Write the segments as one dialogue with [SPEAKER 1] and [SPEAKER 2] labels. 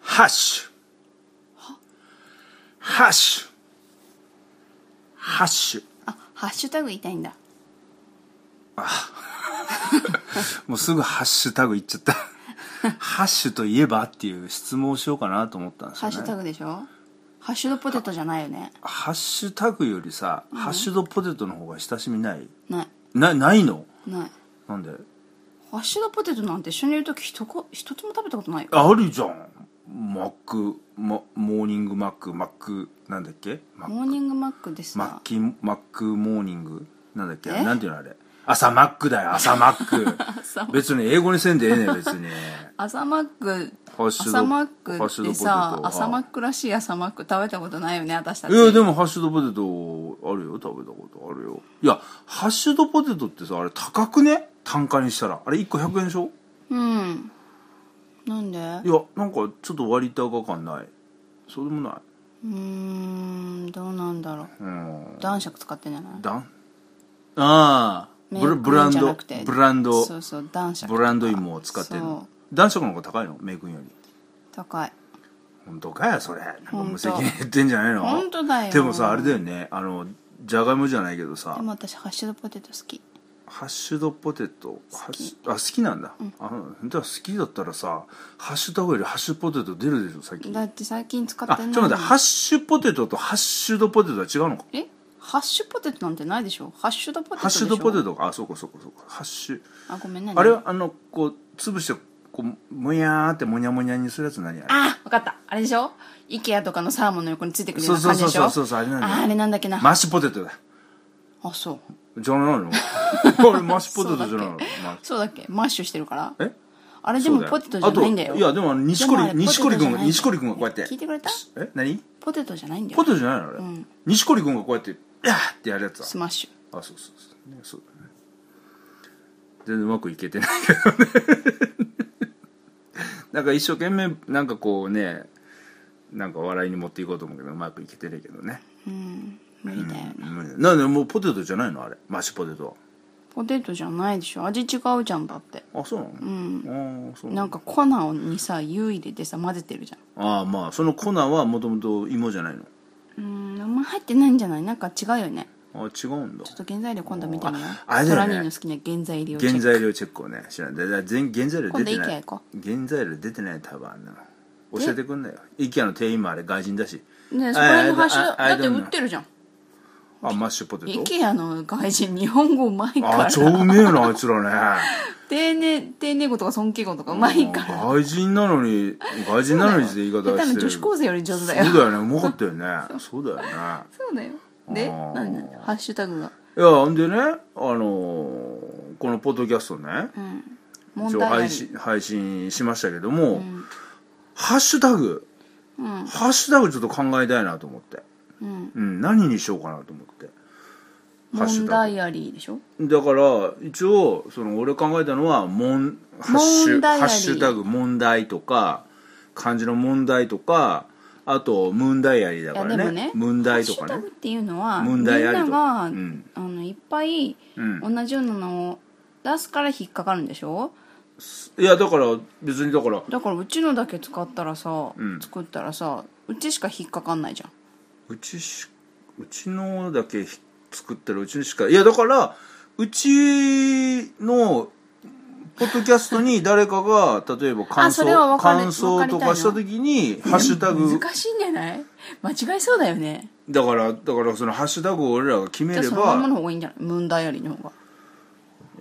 [SPEAKER 1] ハッシュハッシュハッシュ
[SPEAKER 2] あハッシュタグ言いたいんだ
[SPEAKER 1] もうすぐハッシュタグ言っちゃったハッシュといえばっていう質問をしようかなと思ったんです
[SPEAKER 2] ハ
[SPEAKER 1] よ
[SPEAKER 2] ッシュタ
[SPEAKER 1] ね
[SPEAKER 2] グでしょハッシュドポテトじゃないよね
[SPEAKER 1] ハッシュタグよりさ、ハッシュドポテトの方が親しみない
[SPEAKER 2] な
[SPEAKER 1] なないの
[SPEAKER 2] いない
[SPEAKER 1] なんで
[SPEAKER 2] ハッシュドポテトなんて一緒にいる時一こ一つも食べたことないよ
[SPEAKER 1] あるじゃんマック、ま、モーニングマックマックなんだっけマッ
[SPEAKER 2] モーニングマックでさ
[SPEAKER 1] マッキーマックモーニングなんだっけ
[SPEAKER 2] え
[SPEAKER 1] なんていうのあれ朝マックだよ朝マック
[SPEAKER 2] 朝
[SPEAKER 1] 別に英語にせんでええねん別に
[SPEAKER 2] 朝マック
[SPEAKER 1] ハッシュド
[SPEAKER 2] 朝マッ
[SPEAKER 1] ハッシュ
[SPEAKER 2] ク
[SPEAKER 1] ドポ
[SPEAKER 2] って
[SPEAKER 1] テトは
[SPEAKER 2] さ朝マックらしい朝マック食べたことないよね私たち
[SPEAKER 1] いやでもハッシュドポテトあるよ食べたことあるよいやハッシュドポテトってさあれ高くね単価にしたらあれ1個100円でしょ
[SPEAKER 2] うんなんで
[SPEAKER 1] いうやなんかちょっと割高感ないそうでもない
[SPEAKER 2] ーんどうなんだろう
[SPEAKER 1] うん
[SPEAKER 2] 男爵使ってんじゃない
[SPEAKER 1] ダンああ
[SPEAKER 2] メ
[SPEAKER 1] ブラブラン
[SPEAKER 2] メイクインじゃ
[SPEAKER 1] ド
[SPEAKER 2] なくて
[SPEAKER 1] ブランド
[SPEAKER 2] そうそう男爵
[SPEAKER 1] ブランド芋を使ってるの
[SPEAKER 2] そ
[SPEAKER 1] 男爵の方が高いのメイクインより
[SPEAKER 2] 高い
[SPEAKER 1] 本当かよそれなんか無責任言ってんじゃないの
[SPEAKER 2] 本当だよ
[SPEAKER 1] でもさあれだよねあのじゃがいもじゃないけどさ
[SPEAKER 2] でも私ハッシュドポテト好き
[SPEAKER 1] ハッシュドポテトハッシュあ好きなんだ、あ本当は好きだったらさハッシュタグよりハッシュポテト出るでしょ最近
[SPEAKER 2] だって最近使って
[SPEAKER 1] あ
[SPEAKER 2] な
[SPEAKER 1] ちょ
[SPEAKER 2] い
[SPEAKER 1] っ
[SPEAKER 2] の
[SPEAKER 1] と待ってハッシュポテトとハッシュドポテトは違うのか
[SPEAKER 2] えハッシュポテトなんてないでしょハッシュドポテトでしょ
[SPEAKER 1] ハッシュドポテトかあそうかそうかそうかハッシュ
[SPEAKER 2] あごめんね
[SPEAKER 1] あれはあのこう潰してこうもやーってもにゃもにゃにするやつ何あれ
[SPEAKER 2] あわかったあれでしょ IKEA とかのサーモンの横についてくるよ
[SPEAKER 1] そうう
[SPEAKER 2] な
[SPEAKER 1] そう
[SPEAKER 2] 感じ
[SPEAKER 1] そう
[SPEAKER 2] でしょ
[SPEAKER 1] そうそうそうあれなんだよ
[SPEAKER 2] ああれなんだっけな、
[SPEAKER 1] マッシュポテトだ
[SPEAKER 2] あそう
[SPEAKER 1] じゃないのこれマッシュポテトじゃないのマッシ
[SPEAKER 2] そうだっけマッシュしてるから
[SPEAKER 1] ュえ
[SPEAKER 2] あれでもポテトじゃないんだよ
[SPEAKER 1] あといやでもあの錦織
[SPEAKER 2] でもあれ
[SPEAKER 1] 錦織君が
[SPEAKER 2] ポ
[SPEAKER 1] 錦織君がこうやって
[SPEAKER 2] テトじゃない聞いてくれた
[SPEAKER 1] え何
[SPEAKER 2] ポテトじゃないんだよ
[SPEAKER 1] ポテトじゃないのあれ錦織君がこうやって「やーってやるやつだ
[SPEAKER 2] スマッシュ
[SPEAKER 1] あそうそうそうねそうだね全然うまくいけてないけどね なんか一生懸命なんかこうねなんか笑いに持っていこうと思うけどうまくいけてないけどね
[SPEAKER 2] 無理だよ、
[SPEAKER 1] うんなんでもうポテトじゃないのあれマッシュポテト
[SPEAKER 2] ポテトじゃないでしょ味違うじゃんだって
[SPEAKER 1] はあそうなのうんああそう
[SPEAKER 2] なんか粉にさ湯入れてさ混ぜてるじゃん
[SPEAKER 1] ああまあその粉はもともと芋じゃないの
[SPEAKER 2] うんあんま入ってないんじゃないなんか違うよね
[SPEAKER 1] ああ違うんだ
[SPEAKER 2] ちょっと原材料今度見てみよう
[SPEAKER 1] ああれだ
[SPEAKER 2] ト
[SPEAKER 1] よ
[SPEAKER 2] ラ
[SPEAKER 1] ね
[SPEAKER 2] ニーの好きな原材料チェッ
[SPEAKER 1] 原
[SPEAKER 2] ク
[SPEAKER 1] 材料チェックをね知らないだだ全原材料出て
[SPEAKER 2] 今度
[SPEAKER 1] な
[SPEAKER 2] IKEA
[SPEAKER 1] い
[SPEAKER 2] 行こ
[SPEAKER 1] 原材料出てない多分あんなの教えてくんないよ IKEA の店員もあれ外人だし
[SPEAKER 2] ねえそこら辺のハッシュ
[SPEAKER 1] I- I- I- I
[SPEAKER 2] だって
[SPEAKER 1] don't know
[SPEAKER 2] 売ってるじゃん
[SPEAKER 1] あマッシュポテト
[SPEAKER 2] IKEA の外人日本語うまいか
[SPEAKER 1] あ
[SPEAKER 2] ら
[SPEAKER 1] 超うめえなあいつらね
[SPEAKER 2] 丁寧丁寧語とか尊敬語とかうまいから
[SPEAKER 1] 外人なのに外人なのにって言い方
[SPEAKER 2] 下手
[SPEAKER 1] して
[SPEAKER 2] な
[SPEAKER 1] る
[SPEAKER 2] 女子高生より上手だよ
[SPEAKER 1] そうだよねうまかった よねそうだよね
[SPEAKER 2] そうだよで
[SPEAKER 1] あー
[SPEAKER 2] 何々ハッシュタグが
[SPEAKER 1] いやほんでねあのーこのポッドキャストね、
[SPEAKER 2] 問
[SPEAKER 1] 一応
[SPEAKER 2] 題あ
[SPEAKER 1] 配
[SPEAKER 2] り
[SPEAKER 1] 信配信しましたけども、ハッシュタグ、
[SPEAKER 2] うん
[SPEAKER 1] ハッシュタグちょっと考えたいなと思って、
[SPEAKER 2] うん
[SPEAKER 1] うん、何にしようかなと思ってハッシュ
[SPEAKER 2] 問
[SPEAKER 1] タ
[SPEAKER 2] 題ありでしょ
[SPEAKER 1] グだから一応その俺考えたのはもんハッシ
[SPEAKER 2] 問
[SPEAKER 1] ュ
[SPEAKER 2] 題あり
[SPEAKER 1] ハッシュタグ問題とか漢字の問題とかあとムンダイアリーだ
[SPEAKER 2] い
[SPEAKER 1] か
[SPEAKER 2] や
[SPEAKER 1] ら
[SPEAKER 2] でも
[SPEAKER 1] ね
[SPEAKER 2] ね
[SPEAKER 1] ムン
[SPEAKER 2] ハ
[SPEAKER 1] ダ
[SPEAKER 2] ッ
[SPEAKER 1] イと
[SPEAKER 2] シュ
[SPEAKER 1] か
[SPEAKER 2] タグ
[SPEAKER 1] ね
[SPEAKER 2] っていうのはみ
[SPEAKER 1] 問
[SPEAKER 2] ん
[SPEAKER 1] 題あり
[SPEAKER 2] な
[SPEAKER 1] と
[SPEAKER 2] が
[SPEAKER 1] か
[SPEAKER 2] あ
[SPEAKER 1] うん
[SPEAKER 2] のいっぱい
[SPEAKER 1] ん
[SPEAKER 2] 同じようなのを出すから引っかかるんでしょ
[SPEAKER 1] いやだから別にだから
[SPEAKER 2] だからうちのだけ使ったらさ、
[SPEAKER 1] ん
[SPEAKER 2] 作ったらさうちしか引っかかんないじゃん
[SPEAKER 1] うちしうちのだけひ作ってるうちしかいやだからうちのポッドキャストに誰かが例えば感
[SPEAKER 2] あそれは
[SPEAKER 1] 想
[SPEAKER 2] 分かる
[SPEAKER 1] 感想とかした時にハッシュタグ
[SPEAKER 2] 難しいんじゃない間違いそうだよね
[SPEAKER 1] だからだからそのハッシュタグを俺らが決
[SPEAKER 2] じ
[SPEAKER 1] め
[SPEAKER 2] ゃあ
[SPEAKER 1] れ
[SPEAKER 2] そのまんま
[SPEAKER 1] ば
[SPEAKER 2] の方がいいんじゃないムンダイアリーの方が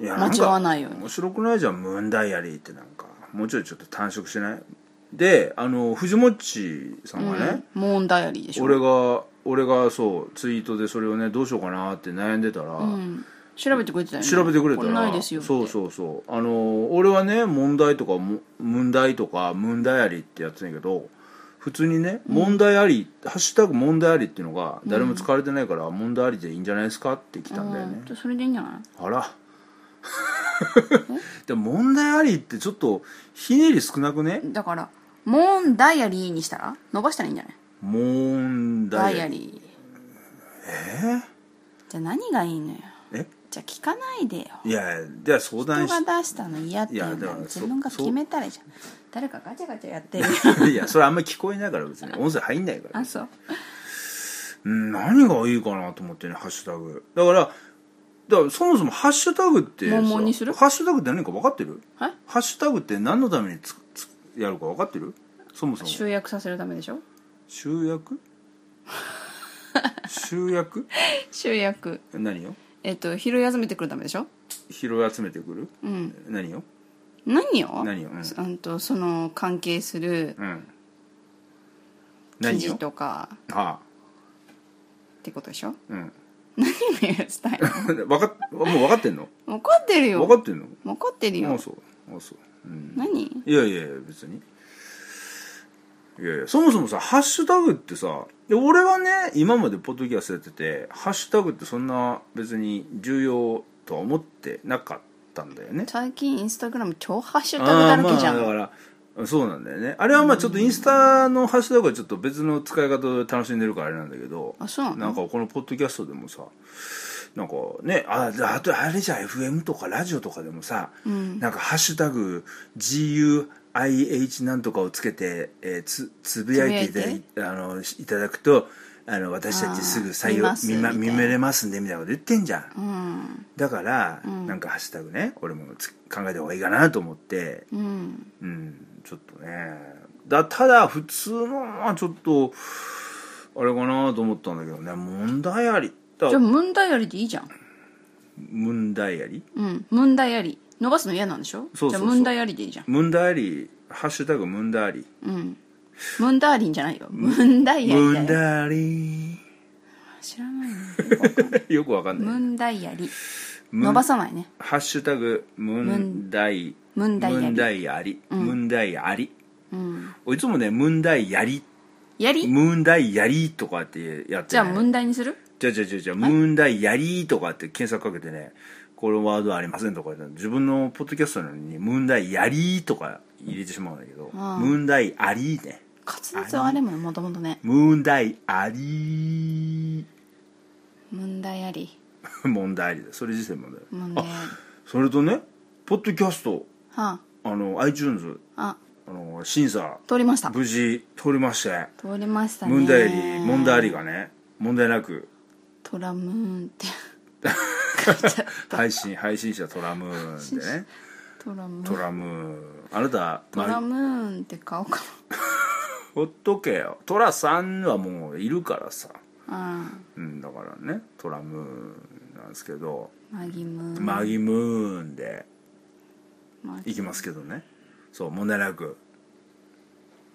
[SPEAKER 1] いやん
[SPEAKER 2] 間
[SPEAKER 1] か
[SPEAKER 2] 違わないように
[SPEAKER 1] 面白くないじゃんムーンダイアリーってなんかもうちょいちょっと短縮しないであの藤もっちさんがね、
[SPEAKER 2] モーンダイアリーでしょ
[SPEAKER 1] 俺が俺がそうツイートでそれをねどうしようかなって悩んでたら、
[SPEAKER 2] うん、調べてくれてたよね
[SPEAKER 1] 調べてくれた
[SPEAKER 2] これ
[SPEAKER 1] ら
[SPEAKER 2] ないですよって
[SPEAKER 1] そうそうそうあの俺はね問題とかも問題とか問題ありってやってんやけど普通にね問題あり、ハッシュタグ問題ありっていうのが誰も使われてないから、問題ありでいいんじゃないですかって来たんだよね、
[SPEAKER 2] うんそれでいいんじゃない
[SPEAKER 1] あら でも問題ありってちょっとひねり少なくね
[SPEAKER 2] だからモーンダイアリーにしたら伸ばしたらいいんじゃない
[SPEAKER 1] 問
[SPEAKER 2] ダ
[SPEAKER 1] 題
[SPEAKER 2] イ
[SPEAKER 1] あ
[SPEAKER 2] ア
[SPEAKER 1] り
[SPEAKER 2] リーえじゃあ何がいいのよ
[SPEAKER 1] え
[SPEAKER 2] じゃあ聞かないでよ
[SPEAKER 1] いやじゃあ相談し
[SPEAKER 2] 人が出したの嫌っていう
[SPEAKER 1] いやだ
[SPEAKER 2] な
[SPEAKER 1] から
[SPEAKER 2] ら
[SPEAKER 1] そ
[SPEAKER 2] 自分が決めたらいいじゃん誰かガチャガチャ やってる
[SPEAKER 1] いやそれあんまり聞こえないから別に音声入んないから
[SPEAKER 2] あそう
[SPEAKER 1] うん何がいいかなと思ってねハッシュタグだからだからそもそもハッシュタグってさ
[SPEAKER 2] 桃にする
[SPEAKER 1] ハッシュタグって何か分かってる
[SPEAKER 2] はい
[SPEAKER 1] ハッシュタグって何のためにつつやるか分かってるそもそも
[SPEAKER 2] 集約させるためでしょ
[SPEAKER 1] 集 約集約
[SPEAKER 2] 集約
[SPEAKER 1] 何よ
[SPEAKER 2] えっと拾い集めてくるためでしょ
[SPEAKER 1] 拾い集めてくる
[SPEAKER 2] うん
[SPEAKER 1] 何よ
[SPEAKER 2] 何よ
[SPEAKER 1] 何ようん
[SPEAKER 2] そうんとその関係する
[SPEAKER 1] うん
[SPEAKER 2] 記
[SPEAKER 1] 何
[SPEAKER 2] 事
[SPEAKER 1] よ
[SPEAKER 2] とか
[SPEAKER 1] はあ
[SPEAKER 2] ってことでしょ
[SPEAKER 1] うん
[SPEAKER 2] 何を言うス タイル
[SPEAKER 1] 分かっもう分かってんの
[SPEAKER 2] 分かってるよ
[SPEAKER 1] 分かってんの
[SPEAKER 2] 分かってる
[SPEAKER 1] あ
[SPEAKER 2] よ
[SPEAKER 1] そうあそううん
[SPEAKER 2] 何
[SPEAKER 1] いやいやいや別にいやいやそもそもさハッシュタグってさで俺はね今までポッドキャストやっててハッシュタグってそんな別に重要とは思ってなかったんだよね
[SPEAKER 2] 最近インスタグラム超ハッシュタグだらけじゃ
[SPEAKER 1] あー
[SPEAKER 2] ん、
[SPEAKER 1] まあだからそうなんだよねあれはまあちょっとインスタのハッシュタグはちょっと別の使い方で楽しんでるからあれなんだけど
[SPEAKER 2] あそうなの
[SPEAKER 1] なんかこのポッドキャストでもさなんかねあであとあれじゃ FM とかラジオとかでもさ、なんか「ハッシュタグ #GUIH なんとか」をつけて、えーつつぶやいていただ
[SPEAKER 2] つぶやい
[SPEAKER 1] いあのしいただくとあの私たちすぐ採
[SPEAKER 2] あ
[SPEAKER 1] 用
[SPEAKER 2] ー
[SPEAKER 1] 見
[SPEAKER 2] 見
[SPEAKER 1] ま
[SPEAKER 2] ます
[SPEAKER 1] 見
[SPEAKER 2] みたいな
[SPEAKER 1] まれますんでみたいなこと言ってんじゃん
[SPEAKER 2] うん
[SPEAKER 1] だから、なんかハッシュタグね俺もつ考えた方がいいかなと思って
[SPEAKER 2] うん
[SPEAKER 1] うんちょっとねだただ普通のはちょっとあれかなと思ったんだけどね問題ありだ
[SPEAKER 2] じゃあ問題ありでいいじゃん
[SPEAKER 1] 問題あり
[SPEAKER 2] うん問題あり伸ばすの嫌なんでしょ
[SPEAKER 1] そうそうそう
[SPEAKER 2] じゃあ問題ありでいいじゃん
[SPEAKER 1] 問題ありハッシュタグ問題あり
[SPEAKER 2] うん問題ありんじゃないよ問題あり
[SPEAKER 1] 問
[SPEAKER 2] だよ
[SPEAKER 1] 題あり
[SPEAKER 2] 知らないね
[SPEAKER 1] よくわかんない
[SPEAKER 2] 問題あり
[SPEAKER 1] むん
[SPEAKER 2] 伸ばさないね
[SPEAKER 1] ハッシュタグ問題
[SPEAKER 2] 問題あり
[SPEAKER 1] 問題あり問題あり
[SPEAKER 2] うん
[SPEAKER 1] いつもね問題やり
[SPEAKER 2] やり
[SPEAKER 1] 問題やりとかってやって
[SPEAKER 2] じゃあ
[SPEAKER 1] ね
[SPEAKER 2] 問題にする
[SPEAKER 1] じゃあじゃあじゃあじゃあ、ムーンダイヤリーとかって検索かけてね、このワードありませんとか言ったら自分のポッドキャストなのに、ムーンダイヤリーとか入れてしまうんだけど、ムーンダイアリーね。
[SPEAKER 2] 滑舌はあれももともとね
[SPEAKER 1] ムーンダイアリー。
[SPEAKER 2] 問題あり
[SPEAKER 1] 問題ありだ。それ自体問題あり。
[SPEAKER 2] 問題あり
[SPEAKER 1] それとね、ポッドキャスト、
[SPEAKER 2] は
[SPEAKER 1] あの、iTunes、
[SPEAKER 2] ああ
[SPEAKER 1] あの、審査、
[SPEAKER 2] 通りました
[SPEAKER 1] 無事通りまして、
[SPEAKER 2] 通りましたね
[SPEAKER 1] ムーンダイアリー、問題ありがね、問題なく、
[SPEAKER 2] トラムーン って
[SPEAKER 1] 配信、配信者トラムーンでね、
[SPEAKER 2] トラムー
[SPEAKER 1] ト
[SPEAKER 2] ン
[SPEAKER 1] ラムーン。あなた、
[SPEAKER 2] トラムーンって買おうか
[SPEAKER 1] ほっとけよトラさんはもういるからさ、
[SPEAKER 2] な
[SPEAKER 1] うん、だからねトラムーンなんですけど、
[SPEAKER 2] うんマギムーン
[SPEAKER 1] マギムーンで
[SPEAKER 2] マギ
[SPEAKER 1] いきますけどねそう問題なく、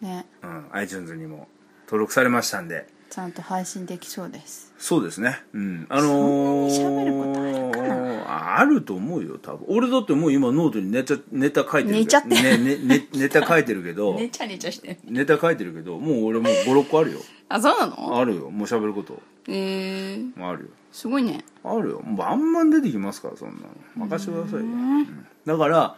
[SPEAKER 2] ね
[SPEAKER 1] うん、iTunes にも登録されましたんで
[SPEAKER 2] ちゃんと配信できそうです
[SPEAKER 1] そうですねうんあのー、
[SPEAKER 2] そんなに喋ることあるか
[SPEAKER 1] ああると思うよ多分俺だってもう今ノートにネタネタ書いてるけど
[SPEAKER 2] 寝ちゃって
[SPEAKER 1] ねねねネタ書いてるけど
[SPEAKER 2] ねちゃねちゃして
[SPEAKER 1] ネタ書いてるけどもう俺もう56個あるよ
[SPEAKER 2] あそうなの
[SPEAKER 1] あるよもう喋ること
[SPEAKER 2] えー、
[SPEAKER 1] あるよ
[SPEAKER 2] すごいね
[SPEAKER 1] あるよバンバン出てきますからそんなの任せてくださいよ、うんだから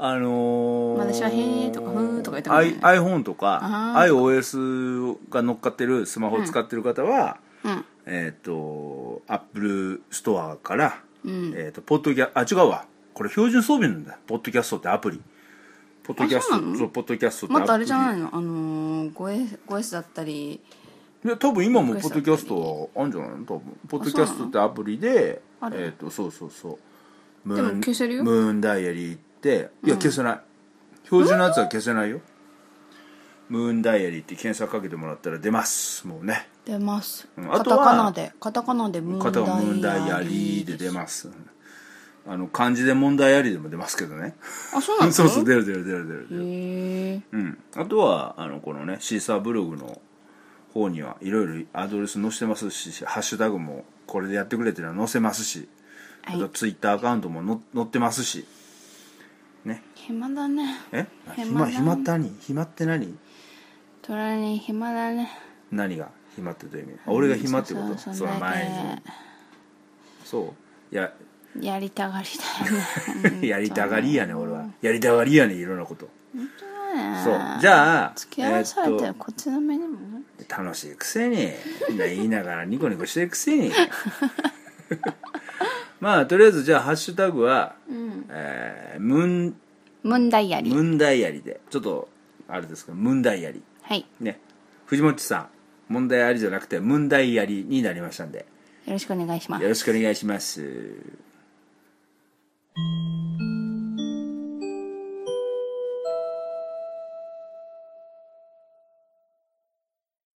[SPEAKER 1] あのー、
[SPEAKER 2] 私はへーとかふーとか言ってもね
[SPEAKER 1] I- iPhone とか
[SPEAKER 2] あ
[SPEAKER 1] iOS が乗っかってるスマホを使ってる方は、
[SPEAKER 2] うん
[SPEAKER 1] えっ、と Apple ストアから、
[SPEAKER 2] うん
[SPEAKER 1] えっ、とポッドキャあ違うわこれ標準装備なんだポッドキャストってアプリポッドキャスト
[SPEAKER 2] あそうなの
[SPEAKER 1] そうポッドキャストってアプ
[SPEAKER 2] ま
[SPEAKER 1] リ
[SPEAKER 2] たあれじゃないのあのー、ごえごえすだったり
[SPEAKER 1] いや多分今もポッドキャストはあるんじゃないの多分ポッドキャストってアプリで
[SPEAKER 2] ある
[SPEAKER 1] えっ、とそうそうそうム
[SPEAKER 2] でも消せるよ
[SPEAKER 1] ムーンダイアリーっていや消せない、標準のやつは消せないよムーンダイアリーって検索かけてもらったら出ますもうね
[SPEAKER 2] 出ます、
[SPEAKER 1] うんあ
[SPEAKER 2] カ
[SPEAKER 1] とは
[SPEAKER 2] タカナでカタカナでムーン
[SPEAKER 1] 片方ムーンダイア
[SPEAKER 2] ダイア
[SPEAKER 1] リ
[SPEAKER 2] リ
[SPEAKER 1] ー
[SPEAKER 2] ー
[SPEAKER 1] で
[SPEAKER 2] で
[SPEAKER 1] 出ますあの漢字で問題ありでも出ますけどね
[SPEAKER 2] あそうな の
[SPEAKER 1] そうそう出る出る出る出る出る
[SPEAKER 2] へえ
[SPEAKER 1] うん、あとはあのこのねシーサーブログの方にはいろいろアドレス載せてますしハッシュタグもこれでやってくれっていうのは載せますし、
[SPEAKER 2] はい
[SPEAKER 1] あとツイッターアカウントもの載ってますしね
[SPEAKER 2] 暇だね
[SPEAKER 1] え
[SPEAKER 2] 暇
[SPEAKER 1] 暇
[SPEAKER 2] だね
[SPEAKER 1] 暇って何暇って何
[SPEAKER 2] トラに暇だね
[SPEAKER 1] 何が暇ってどういう意味あ俺が暇ってこと
[SPEAKER 2] そう
[SPEAKER 1] そ
[SPEAKER 2] そ
[SPEAKER 1] の
[SPEAKER 2] んだ
[SPEAKER 1] 前
[SPEAKER 2] け
[SPEAKER 1] にそういや
[SPEAKER 2] やりたがりだよね
[SPEAKER 1] やりたがりやね俺はやりたがりやねいろんなこと
[SPEAKER 2] 本当だね
[SPEAKER 1] そうじゃあ
[SPEAKER 2] 付き合わされて
[SPEAKER 1] え
[SPEAKER 2] る
[SPEAKER 1] っと
[SPEAKER 2] こっちの目にもね
[SPEAKER 1] 楽しいくせにみんな言いながらニコニコしてるくせに まあとりあえずじゃあハッシュタグは、
[SPEAKER 2] うん
[SPEAKER 1] えー、ムン
[SPEAKER 2] 問題あり
[SPEAKER 1] ムンダイアリでちょっとあれですけどムンダイアリ
[SPEAKER 2] はい
[SPEAKER 1] ね藤本さん問題ありじゃなくてムンダイアリになりましたんで
[SPEAKER 2] よろしくお願いします
[SPEAKER 1] よろしくお願いします